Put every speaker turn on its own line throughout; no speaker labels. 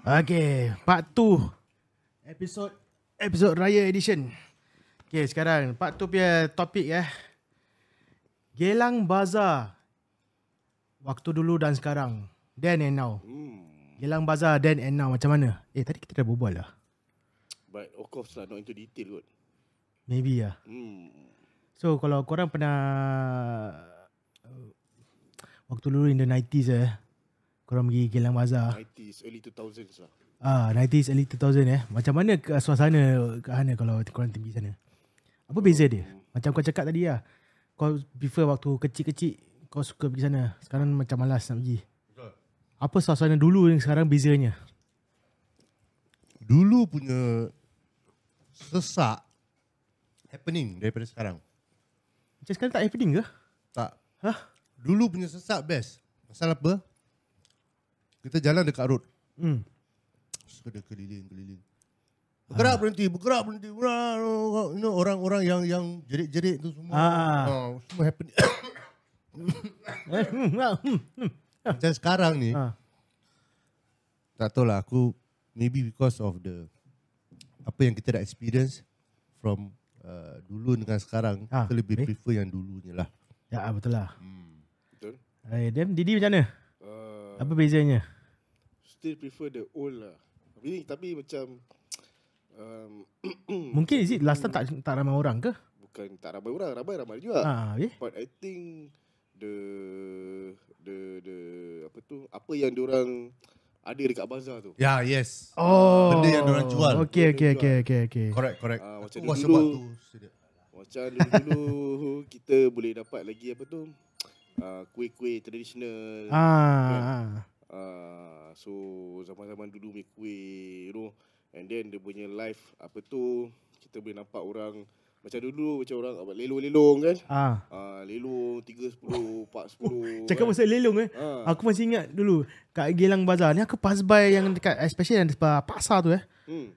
Okay, part 2. Episod episod Raya Edition. Okay, sekarang part 2 punya topik eh. Gelang Bazaar. Waktu dulu dan sekarang. Then and now.
Hmm.
Gelang Bazaar then and now macam mana? Eh, tadi kita dah berbual lah.
But of course lah, not into detail kot.
Maybe lah.
Hmm.
So kalau korang pernah uh, waktu dulu in the 90s eh. Korang pergi Gelang Bazaar.
90s, early 2000s lah.
Ah, 90s early 2000 eh. Macam mana ke, suasana kat sana kalau korang pergi sana? Apa beza dia? Macam kau cakap tadi lah. Kau prefer waktu kecil-kecil kau suka pergi sana. Sekarang macam malas nak pergi. Apa suasana dulu yang sekarang bezanya?
dulu punya sesak happening daripada sekarang.
Macam sekarang tak happening ke?
Tak.
Hah?
Dulu punya sesak best. Pasal apa? Kita jalan dekat road.
Hmm.
Terus kena keliling-keliling.
Ah.
Bergerak berhenti, bergerak berhenti. Bergerak, you know, orang-orang yang yang jerit-jerit tu semua.
Ah.
Ah, semua happening.
Eh, hmm, ah, hmm.
Macam sekarang ni.
Ah.
Tak tahu lah aku maybe because of the apa yang kita dah experience from uh, dulu dengan sekarang
Ah,
kita lebih
eh.
prefer yang dulunya lah.
Ya, ah, betul lah.
Betul?
Eh, then Didi macam mana?
Uh,
Apa bezanya?
still prefer the old lah. Tapi, tapi macam um,
Mungkin is it last time tak, tak ramai orang ke?
bukan tak ramai orang, ramai-ramai juga.
Ah, eh?
But I think the the the apa tu apa yang diorang ada dekat bazar tu.
Ya, yes.
Oh.
Benda yang diorang jual.
Okay, okay, okay, okay, okay.
Correct, correct.
Ah, macam
Aku was
dulu-
about to say that.
Macam dulu-dulu kita boleh dapat lagi apa tu uh, kuih-kuih tradisional.
Ah, ah.
Uh, so zaman-zaman dulu punya kuih you know and then dia punya live apa tu kita boleh nampak orang macam dulu macam orang apa, lelong-lelong kan
ah.
uh, lelong 3 10 4 10
Cakap pasal lelong eh.
Ah.
Aku masih ingat dulu kat Geylang Bazar ni aku pass by yang dekat especially yang dekat pasar tu eh.
hmm.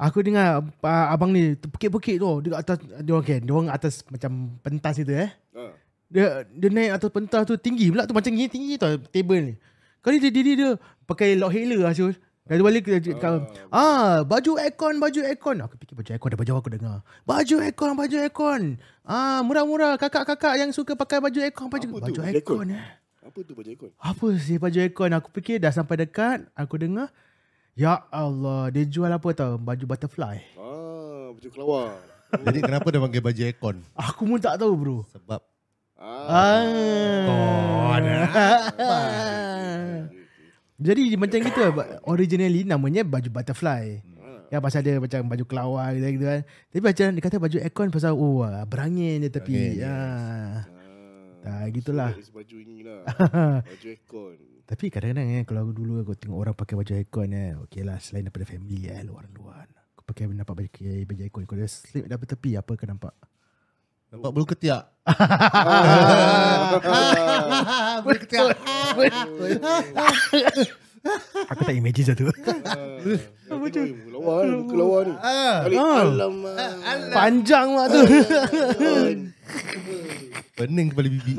Aku dengar uh, abang ni terpekik-pekik tu dekat atas dia orang kan, dia orang atas macam pentas itu eh.
uh,
Dia dia naik atas pentas tu tinggi pula tu macam gini tinggi tau table ni. Kali dia diri dia pakai lock hailer lah Syul. Dah dua kali kita ah baju aircon baju aircon aku fikir baju aircon dah baju aku dengar. Baju aircon baju aircon. Ah murah-murah kakak-kakak yang suka pakai baju aircon baju
Apa tu?
baju
Baju
aircon
aircon?
eh.
apa tu baju ikon
Apa sih baju aircon Aku fikir dah sampai dekat Aku dengar Ya Allah Dia jual apa tau Baju butterfly
ah baju kelawar
Jadi kenapa dia panggil baju aircon?
Aku pun tak tahu bro
Sebab
ah
ah.
ah.
Jadi macam gitu ba- Originally namanya baju butterfly Ya pasal dia macam baju kelawar gitu, gitu kan Tapi macam dia kata baju aircon pasal Oh ah, berangin dia tapi
Berangin,
ya. Tak gitulah
It's baju ini lah Baju ekon
Tapi kadang-kadang eh, kalau dulu aku tengok orang pakai baju aircon eh, okey lah selain daripada family eh, luar-luar. Aku pakai nampak baju, eh, baju aircon. Kalau dia slip daripada tepi, apa kau nampak?
nampak bulu ketiak.
Ah.
bulu ketiak.
Aku tak imagine satu.
Apa tu? Kelawar ni Muka kelawar ni
Ah,
Balik Alamak
Panjang lah tu.
pening kepala bibi.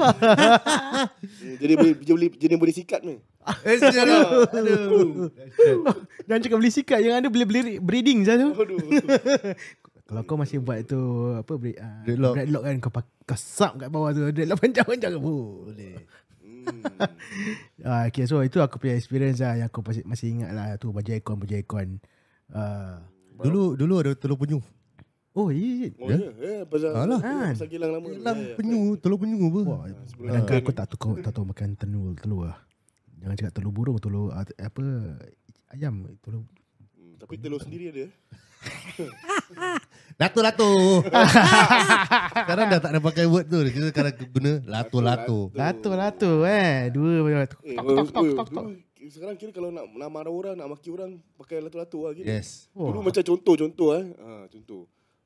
Jadi boleh Jadi boleh Jadi boleh sikat ni
eh, sejarah. Aduh.
Dan cakap beli sikat yang ada boleh beli breeding satu.
Aduh
Kalau kau masih buat tu apa breed, uh,
Dreadlock.
dreadlock kan kau pak- kau sap kat bawah tu dreadlock panjang-panjang boleh.
Hmm.
Ah, okay, so itu aku punya experience lah yang aku masih, masih ingat lah tu baju aircon baju aircon. Ah,
Dulu dulu ada telur penyu.
oh, is it?
Oh ya Eh pasal
Alah.
Kan.
Pasal gilang lama
Hilang
Ya, ya.
penyu, telur penyu apa? Wah, ya.
Kadang kadang aku tak tahu kau tak tahu makan telur telur lah. Jangan cakap telur burung, telur ah, apa ayam, telur.
Hmm, Tapi telur sendiri ada
Latu-latu. sekarang dah tak ada pakai word tu. Kita sekarang guna latu-latu.
Latu latu eh, dua macam tu.
Eh,
Tok
oh,
tok tok
oh,
tok tok.
dulu, Sekarang kira kalau nak, nak marah orang Nak maki orang Pakai latu-latu lah kira.
Yes.
Dulu macam contoh-contoh eh. Ha, contoh.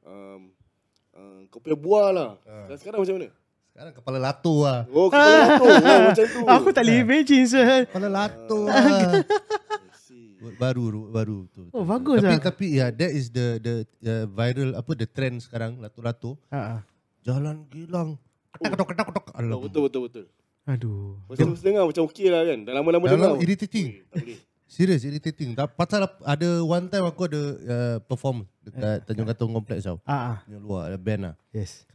Um, uh, kau punya buah lah. Ha. Sekarang macam mana?
Sekarang kepala latu lah.
Oh, kau punya latu. Oh, macam tu.
Aku tak boleh imagine sir.
Kepala latu
Ah.
lah.
Si.
Word baru, word baru tu.
Oh, bagus
tapi,
lah.
Tapi ya, that is the the uh, viral apa the trend sekarang latu-latu.
Ha. ah.
Jalan gilang. Ketok ketok ketok. Alah.
Oh, betul, betul, betul.
Aduh.
Masa masa dengar macam okey lah kan. Dah lama-lama
Dah
dengar.
lama irritating.
Ui, Tak boleh.
Serious irritating. Tak pasal ap- ada one time aku ada uh, perform
Eh.
dekat Tanjung Katong Complex tau.
Ah, ah.
Punya luar ada band lah.
Yes.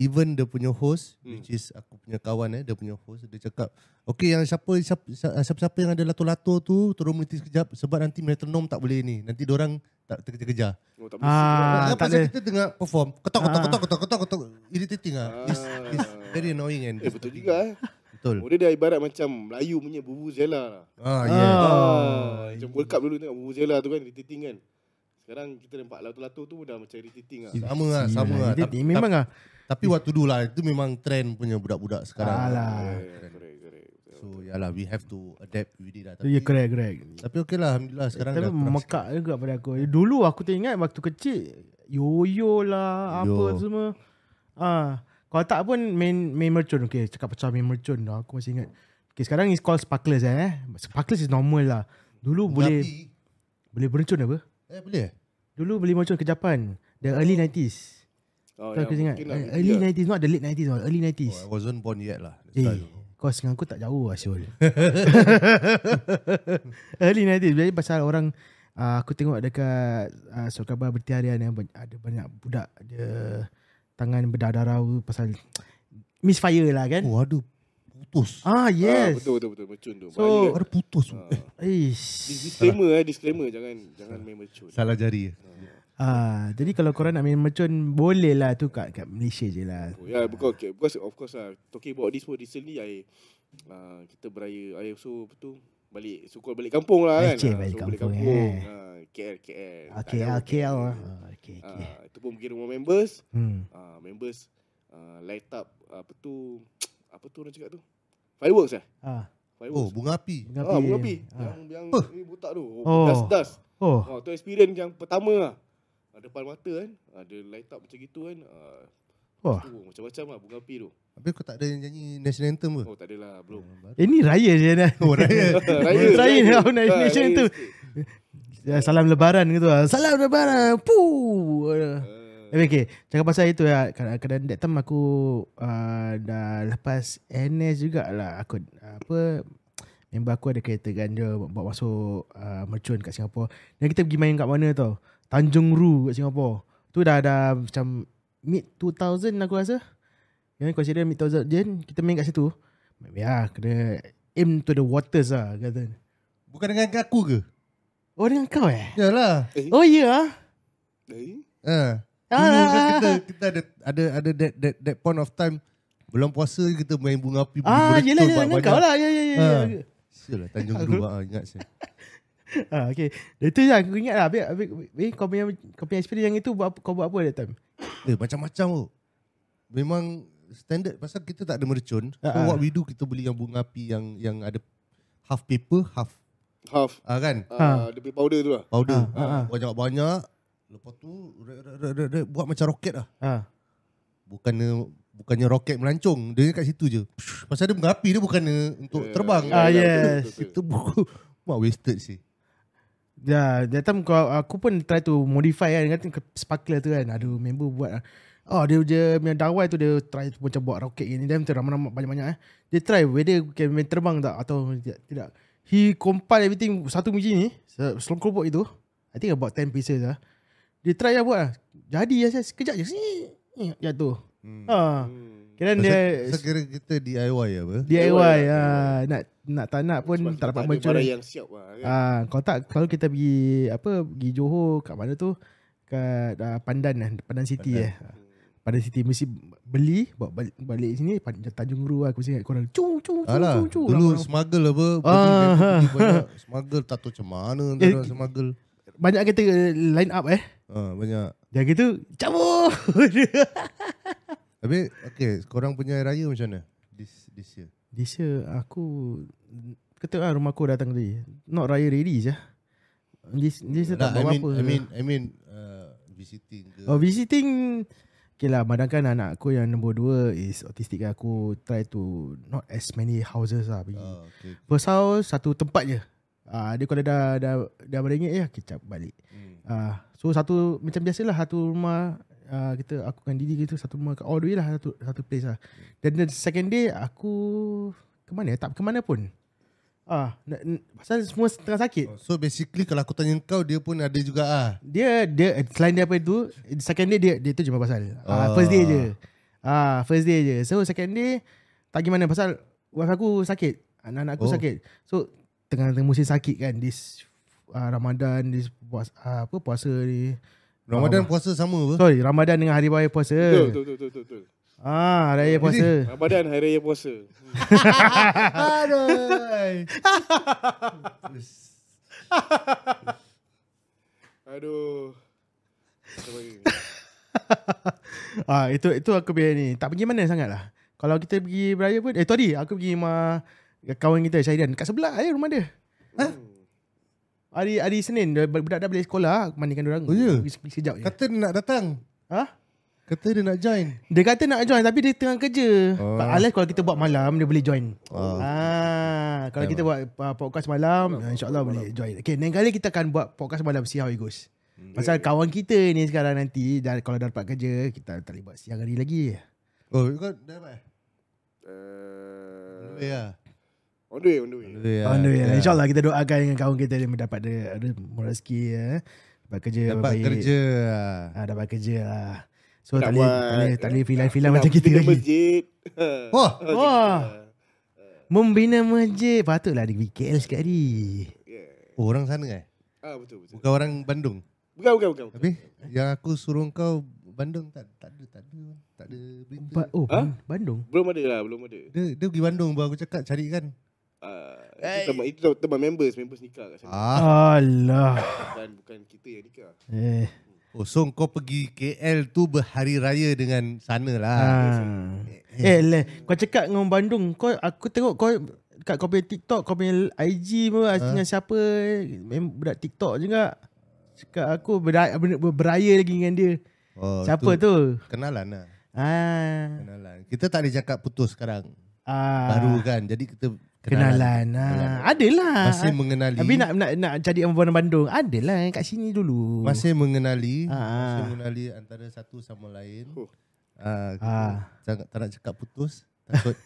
Even dia punya host hmm. which is aku punya kawan eh dia punya host dia cakap okay yang siapa siapa siapa, siapa yang ada lato-lato tu turun meniti sekejap sebab nanti metronom tak boleh ni. Nanti orang tak terkejar-kejar.
Oh, tak
Ah,
Ah,
tak
pasal
ada.
kita tengah perform ketok
Ah.
ketok ketok ketok ketok ketok irritating ah. It's,
Ah.
it's very annoying and
Eh betul juga eh.
Hmm.
Betul.
Oh, dia dah ibarat macam Melayu punya bubuzela lah.
Ah yeah.
Ah, macam World Cup dulu tengok bubuzela tu kan irritating kan. Sekarang kita nampak lato-lato tu dah macam irritating ah.
Sama lah, sama lah.
Irritating. Memang ah.
Tapi what to do lah Itu memang trend punya budak-budak sekarang
Alah.
Ya, ya, Correct, correct.
So yalah we have to adapt with it lah
Ya,
Tapi,
correct, correct.
tapi okay lah Alhamdulillah sekarang
Tapi
dah kurang
memekak juga pada aku. Eh, Dulu aku teringat waktu kecil yoyo lah apa
Yo.
semua. Ah, kalau tak pun main main mercun. Okay, cakap pasal main mercun dah aku masih ingat. Okay, sekarang is called sparklers eh. Sparklers is normal lah. Dulu
sikit.
boleh
Tapi-
boleh mercun apa?
Eh boleh eh?
Dulu beli mercun ke Japan. The early 90s.
Oh,
Tak aku ingat.
mungkin
Eh,
lah, mungkin
Early
lah.
90s not the late 90s, or early
oh, I
90s.
wasn't born yet lah
eh, kau dengan aku tak jauh lah Syul. early 90s. Jadi pasal orang uh, aku tengok dekat uh, surat khabar berita harian yang ban- ada banyak budak dia tangan berdarah-darah pasal misfire lah kan.
Oh ada putus
Ah
Ah,
yes.
betul betul betul mercun tu.
So-
Bahaya.
Ada putus
Ah.
eh,
Dis-
Ish.
disclaimer eh, disclaimer jangan jangan main mercun.
Salah jari
Ah, jadi kalau korang nak main mercun boleh lah tu kat, kat Malaysia je lah.
Oh, yeah, because, okay, because of course lah. Talking about this pun recently I uh, kita beraya I also apa tu balik so called balik kampung lah kan.
Aceh,
Ah,
Eh, balik
so, balik
kampung,
kampung.
eh.
Ah, KL KL.
Okay, ah, KL lah. Ah, Okay, okay.
Uh, itu pun pergi rumah members.
Hmm.
Uh, members uh, light up uh, apa tu apa tu orang cakap tu? Fireworks eh?
Ah.
Oh
Fireworks.
bunga api
bunga api.
ah, bunga api.
Ah.
Yang yang
Apa?
ni butak tu.
Oh.
Oh, das das.
Oh.
Oh, tu experience yang pertama lah. Ah, depan mata kan. Ada light up macam gitu kan. Ah,
Wah.
tu macam-macam lah bunga api tu.
Habis kau tak ada yang nyanyi national anthem ke?
Oh, tak adalah belum.
Eh, ni raya je dah.
Oh raya
Raya.
Raya ni orang nak
Ah,
Indonesia
raya
lah, tu.
sikit.
Ya, Salam lebaran gitu lah. Salam lebaran. Puh.
Ah,
Tapi okay, cakap pasal itu ya. Kadang-kadang that time aku uh, dah lepas NS jugalah. Aku uh, apa member aku ada kereta kan, ganja bawa masuk uh, mercun kat Singapura. Dan kita pergi main kat mana tau? Tanjung Ru kat Singapura. Tu dah dah macam mid 2000 aku rasa. Yang consider mid 2000 Then kita main kat situ. Ya, kena aim to the waters lah kata.
Bukan dengan aku ke?
Oh dengan kau eh?
Yalah
Oh ya. Yeah.
eh,
Ha.
Ah.
Dulu kan kita kita ada ada ada that that, that point of time belum puasa kita main bunga api beli
Ah,
berecun
yelah, yelah, dengan
banyak-banyak.
kau lah. Ya, ya, ya.
Ah.
ya.
Sial lah Tanjung Guru ah, ingat saya.
Ah, okay. Itu yang aku ingat lah. Habis, habis, habis kau, punya, kau punya experience yang itu, buat, apa- kau buat apa that time?
Eh macam-macam tu. Memang standard pasal kita tak ada mercun. So
Ah, ah.
what we do kita beli yang bunga api yang yang ada half paper, half
half.
ah kan?
Ha.
Ah, Dia punya powder tu lah.
Powder.
Ah, ah, ah.
Banyak-banyak. Lepas tu red, red, red, red, red, buat macam roket lah.
Ah.
Bukannya bukannya roket melancong, dia kat situ je. Psh, Pasal dia bunga api dia bukannya untuk
Ya,
terbang.
ya,
Ah,
ya,
yes.
betul, betul,
Kita buku Mak wasted sih
Ya, that time kau, aku pun try to modify kan. Kata ke- sparkler tu kan. Ada member buat lah. Oh, dia je punya dawai tu dia try tu macam buat roket gini. Dia macam ramai-ramai banyak-banyak eh. Dia try whether can main terbang tak atau tidak. tidak. He compile everything satu biji ni. se- Selong keropok itu. I think about 10 pieces lah. Dia try lah buat lah. Jadi lah saya sekejap je. Sini, jatuh. Hmm. Ha. Kira dia
Saya kira kita DIY apa
DIY
lah.
ah nak nak tak nak pun tak
Sebab kita
dapat
ada
muncul.
barang yang siap lah. Kan?
Ah kalau tak kalau kita pergi apa pergi Johor kat mana tu kat ah, Pandan eh Pandan City eh.
Hmm.
Pandan City mesti beli bawa balik, balik sini Pan- Tanjung Ru lah, aku mesti ingat korang cung cung cung
Alah
cung cung.
Dulu smuggle apa beli
Ah.
kereta pergi banyak Smuggle tak tahu macam mana
Eh,
Dia orang smuggle
banyak kereta line up eh.
ah, Banyak
Dah gitu cabut.
Habis Okay Korang punya hari raya macam mana This, this year
Malaysia aku kata lah rumah aku datang tadi. Not raya ready je. This this tak
Nah, I
bawa apa.
mean I mean, I mean uh, Visiting ke
Oh visiting Okay lah Padangkan anak aku yang nombor dua Is autistic lah. Aku try to Not as many houses lah pergi
Ah, okay.
First house Satu tempat je Ah, dia kalau dah dah dah beringit ya kicap balik.
Hmm.
Ah, so satu macam biasalah satu rumah ah, kita aku dengan Didi gitu satu rumah all the way lah satu satu place lah. Dan the second day aku ke mana tak ke mana pun. Ah, na- n- pasal semua tengah sakit.
So basically kalau aku tanya kau dia pun ada juga ah.
Dia dia selain daripada itu, second day dia dia tu cuma pasal. Ah, first day je. Ah, first day je. So second day tak gimana pasal wife aku sakit, anak-anak aku oh.
Oh.
sakit. So tengah-tengah musim sakit kan this uh, Ramadan, this puas, uh, apa puasa ni.
Ramadan puasa sama apa?
Sorry, Ramadan dengan hari raya puasa.
Betul, betul, betul, betul, betul.
Ah, raya puasa.
Ramadan Hari Raya puasa.
Aduh.
Aduh. Macam mana ni?
ah, itu itu aku punya ni. Tak pergi mana sangat lah. Kalau kita pergi beraya pun, eh tadi aku pergi dengan kawan kita Syairan. Kat sebelah aja rumah dia. Hmm. Hari hari Senin dia- budak dah balik sekolah, aku mandikan dia orang.
Oh, ya?
Pergi, pergi sekejap je.
Kata dia nak datang.
ha?
Kata dia nak join.
Dia kata nak join tapi dia tengah kerja. Oh.
Oh.
Alas kalau kita buat malam dia boleh join. Oh. Ah, kalau kita buat uh, podcast malam, ah, insya-Allah boleh join. Okay, lain kali kita akan buat podcast malam see how it goes.
Hmm.
Pasal kawan kita ni sekarang nanti dah kalau dah dapat kerja, kita tak boleh buat siang hari lagi.
Oh, kau dah dapat?
Uh,
Ya.
on the way, on the way.
Yeah, On the way. Yeah. InsyaAllah kita doakan dengan kawan kita dia mendapat dia, dia rezeki ya. Dapat kerja
Dapat
baik.
kerja.
Ah, dapat kerja lah. So
Nak
tak boleh
buat-
tak boleh tak boleh filan-filan
Nak
macam kita
bina
lagi.
masjid.
Oh,
Wah. Membina masjid. Patutlah ada BKL sekali.
Yeah.
oh, orang sana eh?
Ah, betul, betul.
Bukan orang Bandung.
Bukan, bukan, bukan. bukan.
Habis yang aku suruh kau Bandung tak tak ada tak ada tak ada berita.
Ba- oh,
Ha?
ha? Bandung.
Belum ada lah, belum ada.
Dia dia pergi Bandung baru aku cakap cari kan.
Ah, itu teman, itu teman members, members nikah kat sana.
Ah,
Alah.
Bukan, bukan kita yang nikah.
Eh.
oh so kau pergi KL tu berhari raya dengan sana lah.
Ah. Eh, le, kau cakap dengan orang Bandung, kau aku tengok kau kat kau punya TikTok, kau punya IG pun ha? dengan siapa mem- budak TikTok juga. Cakap aku beraya, beraya lagi dengan dia.
Oh,
Siapa
tu?
tu?
Kenalan lah.
Ah.
Kenalan. Kita tak boleh cakap putus sekarang.
ah.
Baru kan. Jadi kita kenalan.
kenalan. Ah. Adalah.
Masih mengenali.
Tapi nak nak nak jadi orang Bandung. Adalah kat sini dulu.
Masih mengenali.
Ah, ah.
Masih mengenali antara satu sama lain.
Oh.
Ah,
Ah.
Sangat tak nak cakap putus. Takut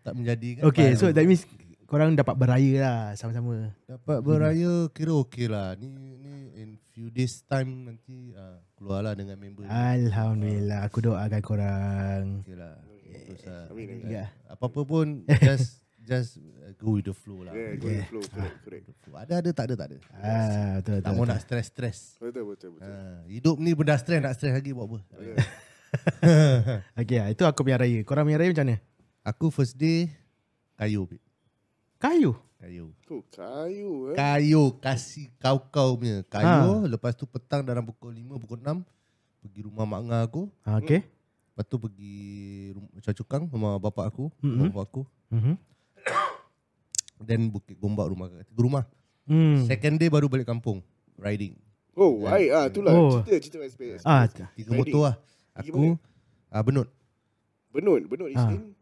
tak menjadi kan.
Okay,
Baru.
so that means korang dapat beraya lah sama-sama.
Dapat beraya kira okey lah. Ni ni in few days time nanti uh, keluarlah dengan member. ni.
Alhamdulillah, aku doakan korang.
Okey lah. Putus lah.
Amin, amin.
Ya.
Apa-apa pun just just uh, go with the flow lah.
Yeah, go
Go
with the flow, correct, correct.
with the flow. Ada ada tak ada tak ada.
Ah, betul
Tak
betul.
mau nak stress-stress.
Betul, betul, betul.
Ah.
Ha, hidup ni benda stress nak stress lagi buat apa?
Yeah.
Okay, ah, itu aku punya raya. Korang punya raya macam mana?
Aku first day kayu babe.
Kayu.
Kayu.
Kau kayu eh.
Kayu kasih kau-kau punya. Kayu, lepas tu petang dalam pukul 5 pukul 6 pergi rumah mak ngah aku.
Ah, okay.
Lepas tu pergi rum- Chua Chukang rumah bapak aku, rumah bapak aku.
Mm-hmm.
Then Bukit Gombak rumah kakak tiga rumah.
Mm.
Second day baru balik kampung riding.
Oh, baik ah, itulah
Oh.
cerita cerita SPS.
Ah,
Tiga
Riding.
motor lah. Aku ah Benut.
Benut, Benut di
Ah.
sini.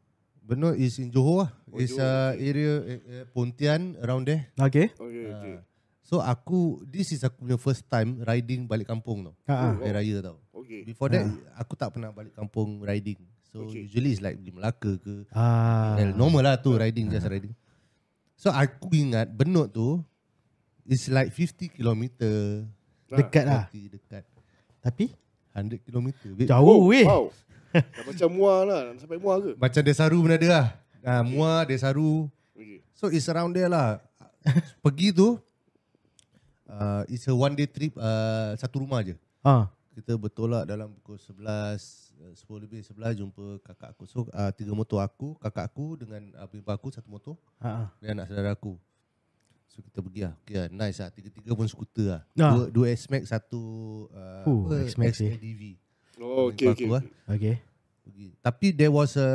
Benut is in Johor lah.
Oh,
is
Johor,
uh, area eh, eh, Pontian around there.
okay.
Okey, okey.
Ah.
Ah.
So aku this is aku punya first time riding balik kampung tau.
Ah, ah.
Hari raya tau.
Okey.
Before that aku tak pernah balik kampung riding. So
Okay.
usually it's like pergi Melaka ke.
Ah.
Well, normal lah tu riding just riding. So aku ingat Benut tu is like 50 kilometer.
Dekat lah.
Nanti dekat
Tapi
100 kilometer. Babe,
jauh weh.
Oh, Wow. Dah macam muar lah. Nak sampai muar ke?
Macam Desaru benda dia lah. Ah, Muar, Desaru.
Okey.
So it's around there lah. Pergi tu, uh, it's a one day trip uh, satu rumah je.
Ah.
Kita bertolak dalam pukul 11, uh, 10 lebih 11 jumpa kakak aku. So uh, tiga motor aku, kakak aku dengan abang ipar aku satu motor
Ah. ah.
dan anak saudara aku. So kita pergi lah. Okay lah, nice lah. Tiga-tiga pun skuter lah.
Ah.
Dua, dua X-Max, satu uh,
Fuh,
apa,
X-Max eh.
XADV.
Oh, okey, okey.
Nampak aku,
lah.
okey.
ah.
Okay.
Pergi. Tapi there was a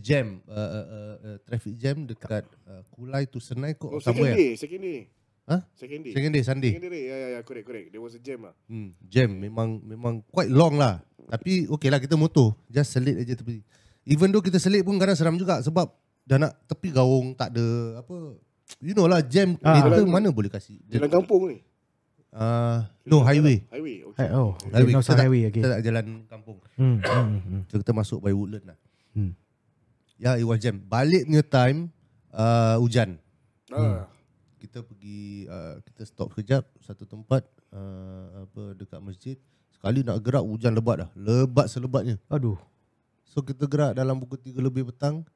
jam, a, a, a, a traffic jam dekat uh, Kulai to Senai kot
Oh,
oh,
second
somewhere.
day, second day.
Huh?
Second day.
Second day, Sunday.
Second day. Ya, ya, ya, correct, correct. There was a jam lah.
Hmm, jam memang memang quite long lah. Tapi okay lah kita motor. Just selit aja tepi. Even though kita selit pun kadang seram juga sebab dah nak tepi gaung tak ada apa. You know lah jam
Ah.
kereta
Jalan-
mana boleh kasih.
Jalan kampung ni.
Ah, no highway.
Highway. Okey.
Hey, oh,
Highway.
highway.
Kita
North
tak,
highway. Okay.
kita tak jalan kampung.
Hmm. hmm, hmm.
So kita masuk by woodland lah.
Hmm.
Ya, yeah, it was jam. Balik punya time uh, hujan.
Ah.
kita pergi uh, kita stop sekejap satu tempat uh, apa dekat masjid. Sekali nak gerak hujan lebat dah. Lebat selebatnya.
Aduh.
So kita gerak dalam pukul 3 lebih petang.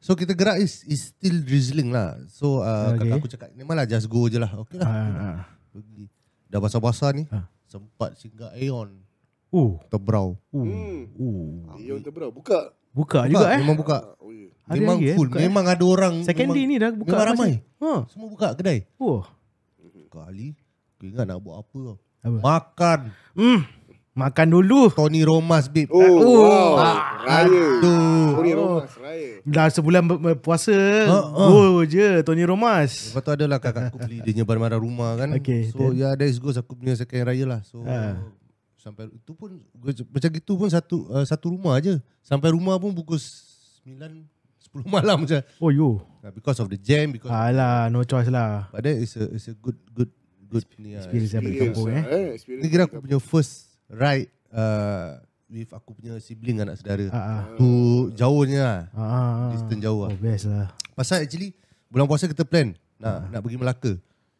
So kita gerak is, is still drizzling lah. So
Okay.
uh, okay. kakak aku cakap ni malah just go je lah. Okay lah.
Ah.
Pergi. Dah basah-basah ni.
Ah.
Sempat singgah Aeon.
Uh.
Terbrau.
Hmm.
Uh.
Yang terberau. Buka.
Buka, juga eh.
Memang buka.
Ah, Oh, ya.
Hari
memang
lagi, eh,
full.
buka, eh.
memang ada orang.
Second
memang,
day ni dah buka.
memang ramai.
Ha.
Semua buka kedai.
Oh.
Kali. Aku ingat nak buat apa tau.
Apa?
Makan.
Hmm. Makan dulu.
Tony Romas, babe.
Oh, wow. Raya.
Eh, Ah, Aduh. Oh.
Tony Romas, Raya.
Dah sebulan ber- ber- puasa.
Ha, ha.
Go je Tony Romas.
Lepas tu adalah kakak aku beli dia punya barang-barang rumah kan.
Okay,
so ya yeah, that is goes aku punya second raya lah. So
Ah.
sampai itu pun macam gitu pun satu uh, satu rumah aje. Sampai rumah pun pukul 9 10 malam je.
Oh yo.
Uh, because of the jam because
Ha.
uh.
Alah, no choice lah.
but that is a is a good good good ni. ah.
Experience yang balik
Experience.
kampung eh.
ah, eh.
Ni
Experience.
kira aku punya first ride uh, with aku punya sibling anak saudara.
Ha ah.
Tu jauhnya lah.
Ha ah.
Distance jauh lah.
Oh, best lah.
Pasal actually bulan puasa kita plan
Ha.
nak nak pergi Melaka.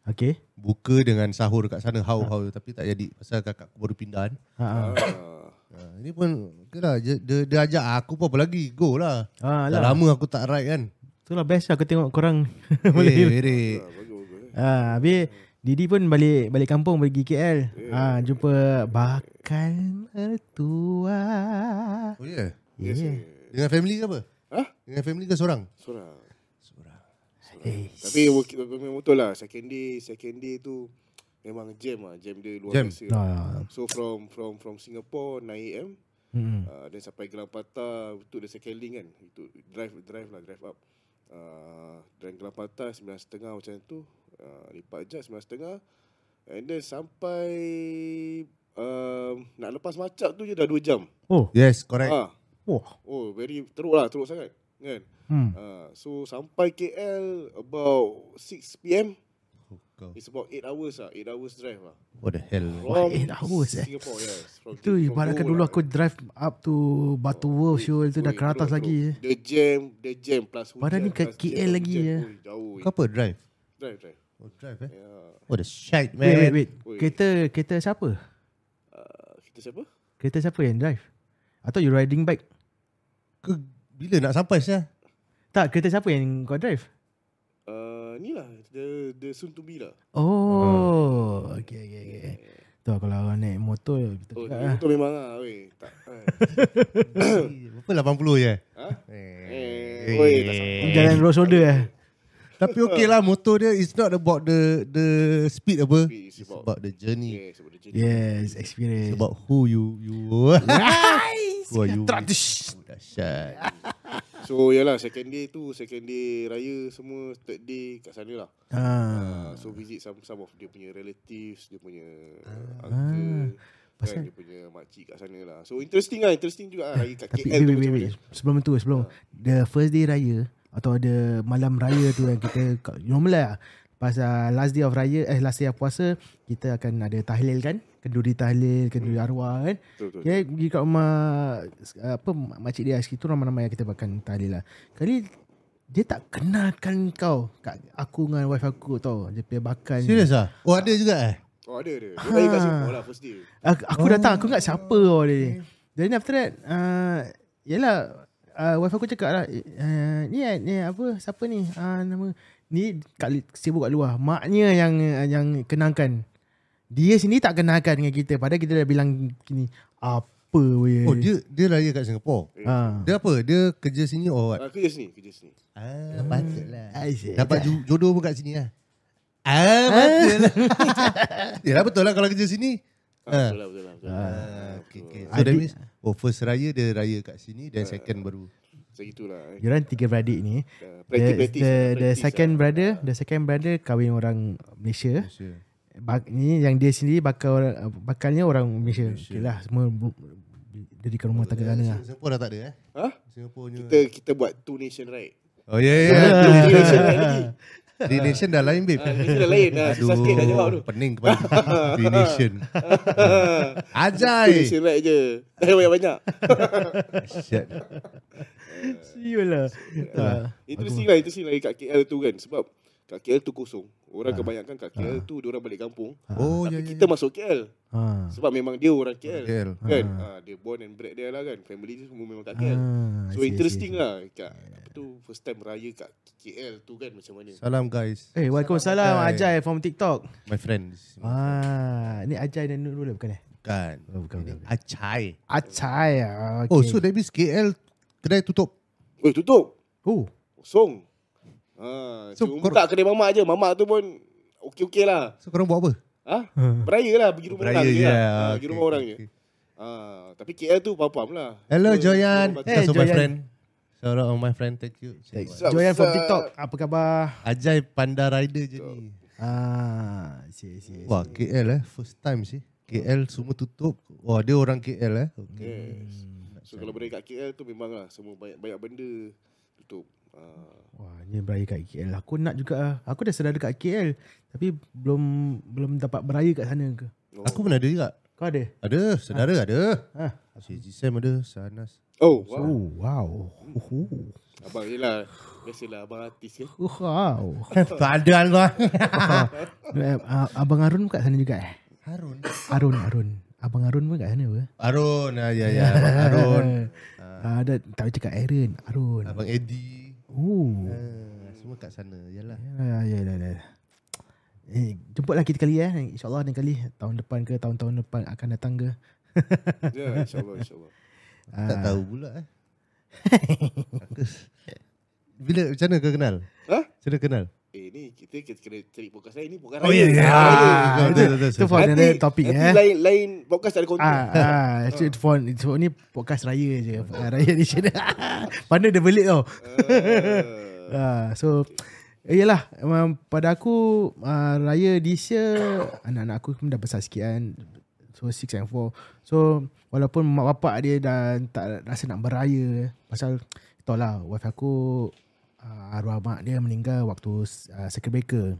Okay.
buka dengan sahur kat sana hau hau tapi tak jadi pasal kakak aku baru pindah kan.
Ha ah.
Ah.
Ha, ini pun okay lah, dia, dia, dia ajak aku pun apa lagi go lah.
Ah,
Dah
lah.
lama aku tak ride kan.
Itulah best lah aku tengok korang.
Eh,
Boleh.
Berik.
Bagus-bagus. eh.
Ah, habis Didi pun balik balik kampung pergi KL. Ah, jumpa bakal mertua.
Oh yeah.
Yes.
Yeah.
eh.
Dengan family ke apa?
Hah?
Dengan family ke seorang?
Seorang.
Seorang.
Eh,
Tapi work- memang betul lah second day second day tu memang jam lah jam dia luar
Jam. ya,
biasa.
Ah.
So from from from Singapore 9 am
Hmm.
uh, then sampai Gelang Patah untuk the second link kan itu drive drive lah drive up. Uh, dan Gelang Patah 9.30 macam tu uh, lipat je 9.30 and then sampai um, nak lepas macap tu je dah 2 jam.
Oh,
Yes, correct.
Ah,
wah.
oh very teruk lah teruk sangat kan.
Hmm.
Uh, so sampai KL about 6 pm
Oh, kau.
It's about 8 hours lah 8 hours drive lah
What the hell?
Wah, eight hours, eh.
Singapore yes From-
Itu
from
ibaratkan
Johor
dulu
lah.
aku drive up to Batu Wolf Syul Oh, tu dah
Oi,
ke atas
teruk,
lagi.
teruk. The jam The jam plus hujan
Padahal ni kat
plus jam,
KL
plus
lagi,
jam.
ya.
Oi, Ya, Jauh eh.
Kau apa drive?
Drive drive
Oh, drive eh.
yeah.
What the shit, man.
Wait, wait, wait.
Oi.
Kereta kereta siapa?
uh, Kita siapa?
Kereta siapa yang drive? Atau you riding bike?
Ke, bila nak sampai saya?
Tak, kereta siapa yang kau drive?
Uh, ni lah the, the soon to be lah
Oh, okay, okay, okay. Tu kalau orang naik motor, kita
Oh
cakap
ni
lah.
motor memang lah Weh tak
Berapa 80 je?
Ha?
Eh.
Eh Oi tak sampai
Jalan road shoulder eh.
Tapi okay lah motor dia It's not about the the speed apa
Speed,
It's
it's
about,
about-
the journey
Yes about the jam
Yes,
It's
experience.
about who you you who are you
Tradis.
Oh, Dahsyat
So yalah second day tu Second day raya semua Third day kat sana lah
Ha,
Ah, so visit some some of dia punya relatives, dia punya
Ah.
uh, uncle, kan, dia punya makcik kat sana lah. So interesting lah, interesting juga lah. Lagi kat
tapi wait,
KL tu
wait, wait,
macam
wait. Sebelum tu, sebelum the first day raya atau the malam raya tu yang kita normal lah. Pas uh, last day of raya, eh last day of puasa, kita akan ada tahlil kan? Kenduri tahlil, kenduri arwah kan?
Hmm. Betul, betul.
Okay, pergi kat rumah uh, apa mak- makcik dia Aski tu ramai-ramai yang kita makan tahlil lah. Kali dia tak kenalkan kau kat aku dengan wife aku tau. Dia punya bakal.
Serius lah Oh ada juga eh
Oh ada ada. Dia lagi kat Singapore lah first day.
Aku, aku oh. datang Aku ingat siapa oh, dia Then after that uh, Yelah uh, Wife aku cakap lah uh, Ni eh, ni apa Siapa ni uh, Nama Ni kat, li- sibuk kat luar Maknya yang Yang kenalkan Dia sini tak kenalkan dengan kita Padahal kita dah bilang Gini Apa weh
Oh dia dia raya kat Singapore
Ah.
Dia apa Dia kerja sini or what
Ah, kerja sini, kerja sini.
Ah patut lah
Asyik.
Dapat ju- jodoh pun kat sini lah Ah patut lah Yelah betul lah kalau kerja sini
Ah, betul lah, betul lah. Betul lah.
Ah, okay, okay. So that means Oh first raya dia raya kat sini Then second baru
So gitulah. Eh.
Diorang tiga beradik ni
Uh,
the,
practice, practice,
the,
practice,
the
lah.
second brother The second brother Kahwin orang Malaysia
Malaysia
Bak, ni yang dia sendiri bakal orang, bakalnya orang Malaysia. Malaysia. Okay lah semua bu- dirikan rumah tangga sana lah.
Singapore dah tak ada eh
Ha?
Singapore punya
Kita kita buat two nation right.
Oh ya yeah, ya. Yeah.
Two nation right lagi.
Three Nation dah lain babe.
Ah, Nation dah lain dah. Susah sikit dah jawab tu. Ah,
Pening kepala. Three Nation.
Two
Ajay.
nation right je. Dah banyak-banyak.
Shit.
Siul lah.
lah. Interesting lah, interesting lagi kat KL tu kan. Sebab kat KL tu kosong. Orang kebanyakan kat KL tu Diorang balik kampung
Oh,
Ah. Tapi
ya,
kita masuk KL
Ha.
Sebab memang dia orang KL,
KL.
Kan ha. Dia born and bred dia lah kan Family dia semua memang kat KL
Ah, I see, I
So
see,
interesting
I
lah kat, Apa tu First time raya kat KL tu kan Macam mana
Salam guys.
see. Eh, Waalaikumsalam
Hai.
Ajay from TikTok.
My friend.
Ah, ni Ajay dan Nurul bukan eh?
Bukan.
Oh, bukan, bukan. bukan.
Acai.
Ajay. ah, Okay.
Oh, so that means KL kedai tutup.
Oi tutup
oh.
Kosong ha, so,
So,
Cuma
kor-
tak kedai mamak je Mamak tu pun Okey-okey lah
So korang buat apa? ya,
ha?
Hmm.
Beraya lah Pergi rumah orang je lah ha, Pergi
okay,
rumah orang je
okay.
ha, Tapi KL tu faham-faham lah
Hello
So,
Joyan.
orang
Eh,
Hey, my
Joyan.
friend. Shout out on my friend. Thank you.
Sup,
Joyan from
sup?
TikTok. Apa khabar?
Ajay Panda Rider je ni.
Ah, I see, I see. I see.
Wah, KL eh. First time sih. KL semua tutup. Wah, dia orang KL eh. Okay.
Yes.
Hmm,
So kalau berada kat KL tu memang lah semua banyak-banyak benda tutup. Uh,
Wah, ni beraya kat KL. Aku nak juga ah. Aku dah sedar dekat KL tapi belum belum dapat beraya kat sana ke.
Oh. Aku pun ada juga.
Kau ada?
Ada, saudara ada.
Ha.
Si Jisam ada, Sanas.
oh, wow.
Oh, wow. Oh,
Abang je lah. Biasalah abang artis kan.
oh. wow.
Padahal kau.
Eh, ah, Abang Arun pun kat sana juga eh?
Harun.
Arun, Arun. Abang Arun pun kat sana apa?
Harun, ah, ya ya. Abang Harun.
Ah, ada tak boleh cakap Aaron, Arun.
Abang Eddie.
Oh.
Ah, semua kat sana. Yalah.
Ya, ya, ya, ya. Eh, jemputlah kita kali eh. InsyaAllah lain kali. Tahun depan ke, tahun-tahun depan akan datang ke.
Ya, insyaAllah, insyaAllah.
Tak tahu pula eh. Aku- Bila macam mana kau kenal?
Ha?
Macam mana kenal?
Eh ni kita, kita kena cari podcast lain. Ni podcast
Oh,
raya.
ya, ya.
Ah,
Betul, betul, betul.
itu for
Nanti,
another topic
nanti
eh.
lain, lain podcast tak ada konten.
Ah, ah, actually for so, ni podcast raya je. Ah, raya di sini. Pandai dia belik tau.
Ah.
Ah, so Yalah um, Pada aku uh, Raya this year Anak-anak aku pun dah besar sikit kan So 6 and 4 So Walaupun mak bapak dia dah Tak rasa nak beraya Pasal Tahu lah Wife aku uh, Arwah mak dia meninggal Waktu uh, circuit breaker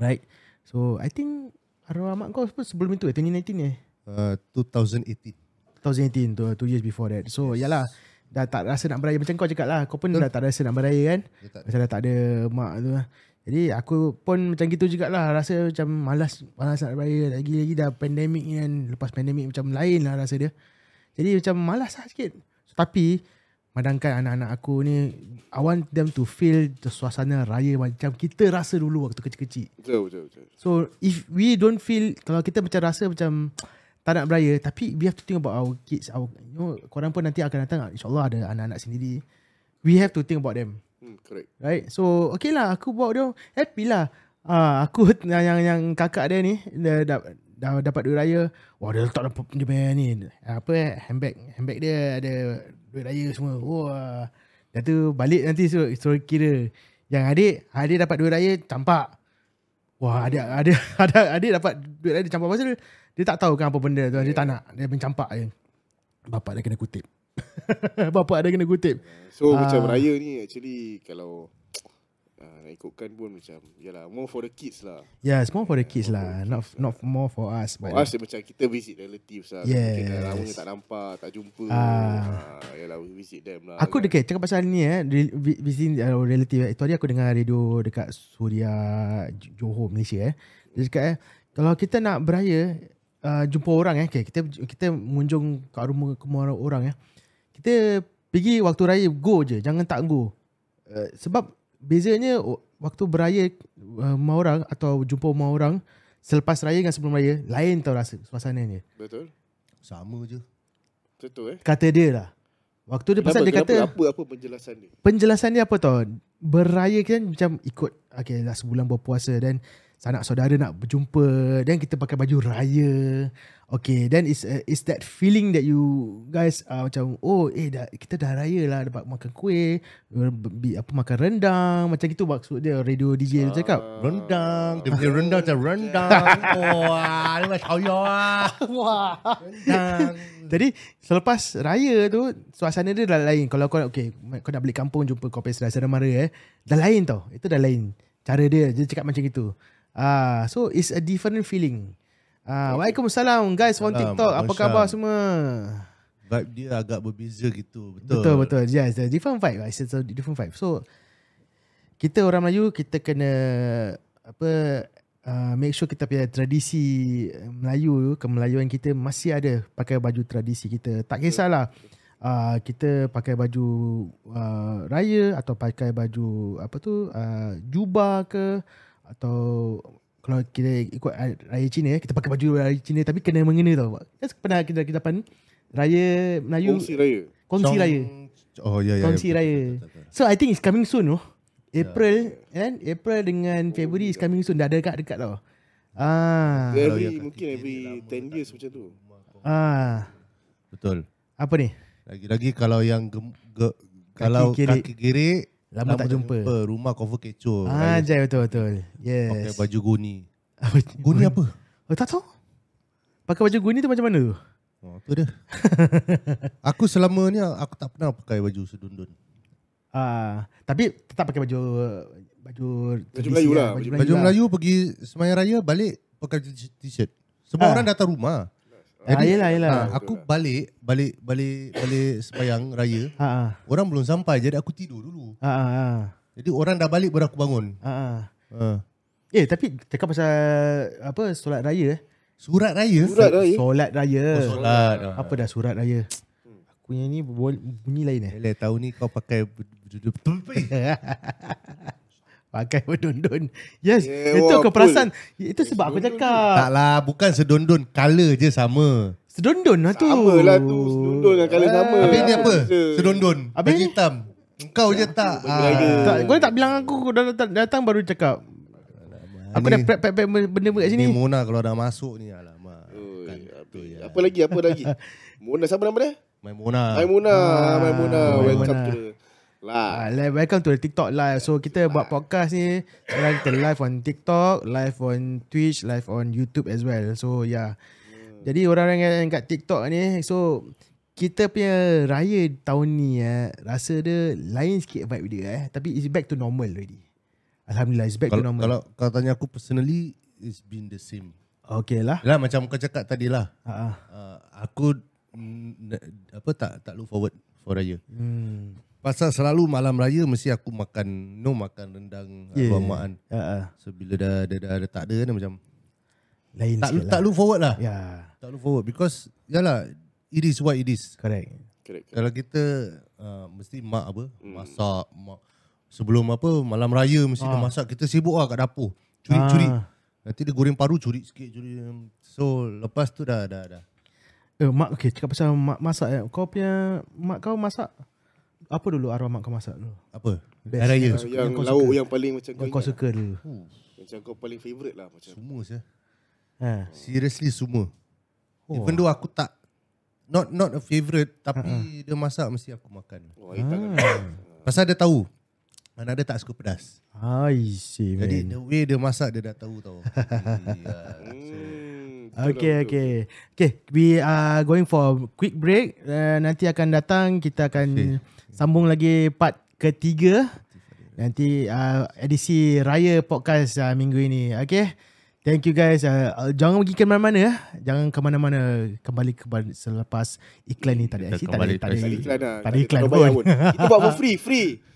Right So I think Arwah mak kau pun sebelum itu eh 2019 eh
Uh, 2018.
2018 tu two years before that.
Oh,
So yes. yalah dah tak rasa nak beraya macam kau cakap lah. Kau pun dah tak rasa nak beraya kan?
Dia tak ada.
Macam dah tak ada mak tu lah. Jadi aku pun macam gitu jugalah rasa macam malas malas nak beraya lagi-lagi dah pandemik ni kan. Lepas pandemik macam lain lah rasa dia. Jadi macam malas lah sikit. So, tapi madangkan anak-anak aku ni I want them to feel the suasana raya macam kita rasa dulu waktu kecil-kecil.
Betul, betul, betul.
So if we don't feel kalau kita macam rasa macam tak nak beraya tapi we have to think about our kids our you know korang pun nanti akan datang insyaallah ada anak-anak sendiri we have to think about them
Hmm, correct.
right so okay lah aku bawa dia happy lah ah aku yang yang, yang kakak dia ni dia dah, dah dapat duit raya wah dia letak dalam dia punya ni apa eh, handbag handbag dia ada duit raya semua wah dah tu balik nanti suruh, suruh kira yang adik adik dapat duit raya campak Wah, adik adik adik, adik dapat duit adik campak pasal dia tak tahu kan apa benda tu. Dia tak nak. Dia mencampak je. Bapak dia kena kutip. Bapak dia kena kutip.
So
Ah.
macam raya ni actually kalau ah, nak ikutkan pun macam yalah more for the kids lah.
Yeah, Ya, it's more for the kids lah. Not not more for us. But
For us dia macam kita visit relatives lah. Mungkin dah lama
Yes.
tak nampak, tak jumpa.
Ah.
Ah. yalah we visit them lah.
Aku dekat cakap pasal ni eh re- vi- visiting uh, relative eh. Itu hari aku dengar radio dekat Suria J- Johor Malaysia eh. Dia cakap eh kalau kita nak beraya uh, jumpa orang eh okay, kita kita munjung kat rumah rumah orang eh. Kita pergi waktu raya go je jangan tak go. Uh, sebab bezanya o- waktu beraya uh, rumah orang atau jumpa rumah orang selepas raya dengan sebelum raya lain tau rasa suasananya.
Betul?
Sama je.
Betul eh?
Kata dia lah. Waktu dia pasal dia kata
kenapa, apa, apa penjelasan dia?
penjelasan dia apa tau beraya kan macam ikut okay lah sebulan berpuasa dan sanak saudara nak berjumpa dan kita pakai baju raya okay then is uh, is that feeling that you guys uh, macam oh eh dah, kita dah raya lah dapat makan kuih ber- bi- apa makan rendang macam gitu maksud dia radio DJ dia cakap
Ah.
Rendang. Dia punya rendang macam rendang. Wah, dia macam choyo ah.
wah
Rendang.
Hmm. Jadi selepas raya tu suasana dia dah lain. Kalau kau okey, kau nak balik kampung jumpa kau pesta rasa mara eh, dah lain tau. Itu dah lain. Cara dia dia cakap macam gitu. Ah, so it's a different feeling. Ah, Waalaikumsalam guys on
Salam,
TikTok. Apa khabar
Waalaikumsalam.
semua?
Vibe dia agak berbeza gitu. Betul.
Betul betul. Yes, it's a different vibe. It's a different vibe. So kita orang Melayu kita kena apa uh, make sure kita punya tradisi eh, Melayu tu, kemelayuan kita masih ada pakai baju tradisi kita. Tak kisahlah uh, kita pakai baju uh, raya atau pakai baju apa tu uh, jubah ke atau kalau kita ikut raya Cina kita pakai baju raya Cina tapi kena mengena tau. Kan pernah kita kita pan raya Melayu
Kongsi raya.
kongsi
Oh, Chong-
raya.
Oh ya ya.
Kongsi
betul,
raya.
betul, betul, Ya. betul.
So I think it's coming soon oh. April kan April dengan February is coming soon dah dekat dekat tau. Ah.
Every,
yang kat
mungkin
kiri
every
lama
10 years macam tu.
Ah.
Betul.
Apa ni?
Lagi-lagi kalau yang gem, ge, kalau
kirik.
kaki kiri
Lama tak jumpa.
Rumah cover kecoh.
Ah,
Raya
jai betul betul.
Oh, Pakai
Yes.
baju guni.
Apa-
Guni apa?
Oh, tak tahu. Pakai baju guni tu macam mana tu?
Oh, tu dia. aku selama ni aku tak pernah pakai baju sedundun.
Ah, tapi tetap pakai baju baju tradisi
Melayu lah,
Baju
baju-
Melayu.
Baju
lah.
Melayu pergi Semayang Raya balik pakai t- t-shirt. Semua
Ah.
orang datang rumah.
Ah, yelah, yelah.
ah, aku balik balik balik balik Semayang Raya.
Ah, ah,
Orang belum sampai jadi aku tidur dulu.
ah, ah, ah,
Jadi orang dah balik baru aku bangun.
ah, ah.
Ha.
Eh, tapi cakap pasal apa solat raya eh?
Surat Raya.
Surat raya.
Solat raya. Ah,
Oh, solat.
Apa dah surat raya? Aku yang ni bol- bunyi lain eh.
Eleh, tahun ni kau pakai betul-betul.
Pakai berdundun. Yes, itu
Eh, wah,
aku
apa?
perasan. Itu sebab aku cakap.
Taklah, lah, bukan sedondon, color je sama.
Sedundun lah tu.
Sama lah tu. Sedundun dan Ah. colour sama.
Tapi ni apa?
je.
Sedondon.
Habis
Habis
ni?
hitam. Kau je tak. Ah.
Tak, kau tak bilang aku kau dah datang, datang baru cakap. Aku dah
Ni-
prep prep, prep benda kat sini.
Ni Mona kalau dah masuk ni alamak.
Oi,
Bukan
habis.
betul ya.
Apa lagi? Apa lagi? Mona siapa nama dia?
Main
Ah.
Mona.
Maimuna. Maimuna. Welcome
Maimuna.
to the lah.
Uh, welcome to the TikTok live. So kita buat podcast ni sekarang kita live on TikTok, live on Twitch, live on YouTube as well. So yeah. Jadi orang-orang yang kat TikTok ni so kita punya raya tahun ni eh, rasa dia lain sikit vibe dia eh. Tapi it's back to normal already. Alhamdulillah it's back to
Kalau,
normal.
kalau kau tanya aku personally, it's been the same.
okay lah.
Yalah macam kau cakap tadi lah.
Ha ah.
Uh, aku mm, na- apa tak tak look forward for raya.
Hmm.
Pasal selalu malam raya mesti aku makan no makan rendang yeah.
Yeah.
makan.
Ha ah. So,
So bila dah dah, dah, dah tak ada ni macam
lain
tak
sikit
tak
lah.
look forward lah.
Ya, yeah,
Tak look forward because yalah it is what it is.
correct.
Correct. correct.
Kalau kita uh, mesti mak apa? Masak mak sebelum apa malam raya mesti ah. dah masak. Kita sibuk lah kat dapur. Curi-curi.
Ah.
Nanti dia goreng paru curi sikit curi. So lepas tu dah dah dah.
Eh, mak okay, cakap pasal mak masak eh. Kau punya mak kau masak apa dulu arwah mak kau masak dulu?
Apa?
Best.
Dah raya.
Yang
Yang
kau
lauk
suka.
yang paling macam kau
Yang kau
ingat.
suka Ah. dulu.
Macam kau paling favourite lah macam.
Semua saya.
Ha.
Seriously semua.
Oh.
Oh. Even though aku tak not not a favourite tapi uh-huh. dia masak mesti aku makan.
Wah, air tangan.
Pasal dia tahu anak dia tak suka pedas.
I see man.
Jadi the way dia masak dia dah tahu tau. yeah.
Hmm, betul lah,
Okay,
betul.
okay. Okay, we are going for a quick break. Uh, nanti akan datang, kita akan sambung lagi part ketiga. Nanti uh, edisi Raya Podcast uh, minggu ini. Okay, thank you guys. Uh, uh, jangan pergi ke mana-mana. ya. Jangan ke mana-mana. Kembali ke selepas iklan ni. Tak ada, actually tak ada.
Kita kembali
Tak ada
terus.
Tak ada iklan lah.
Tak ada iklan
bayar
pun.
Kita buat for free, free.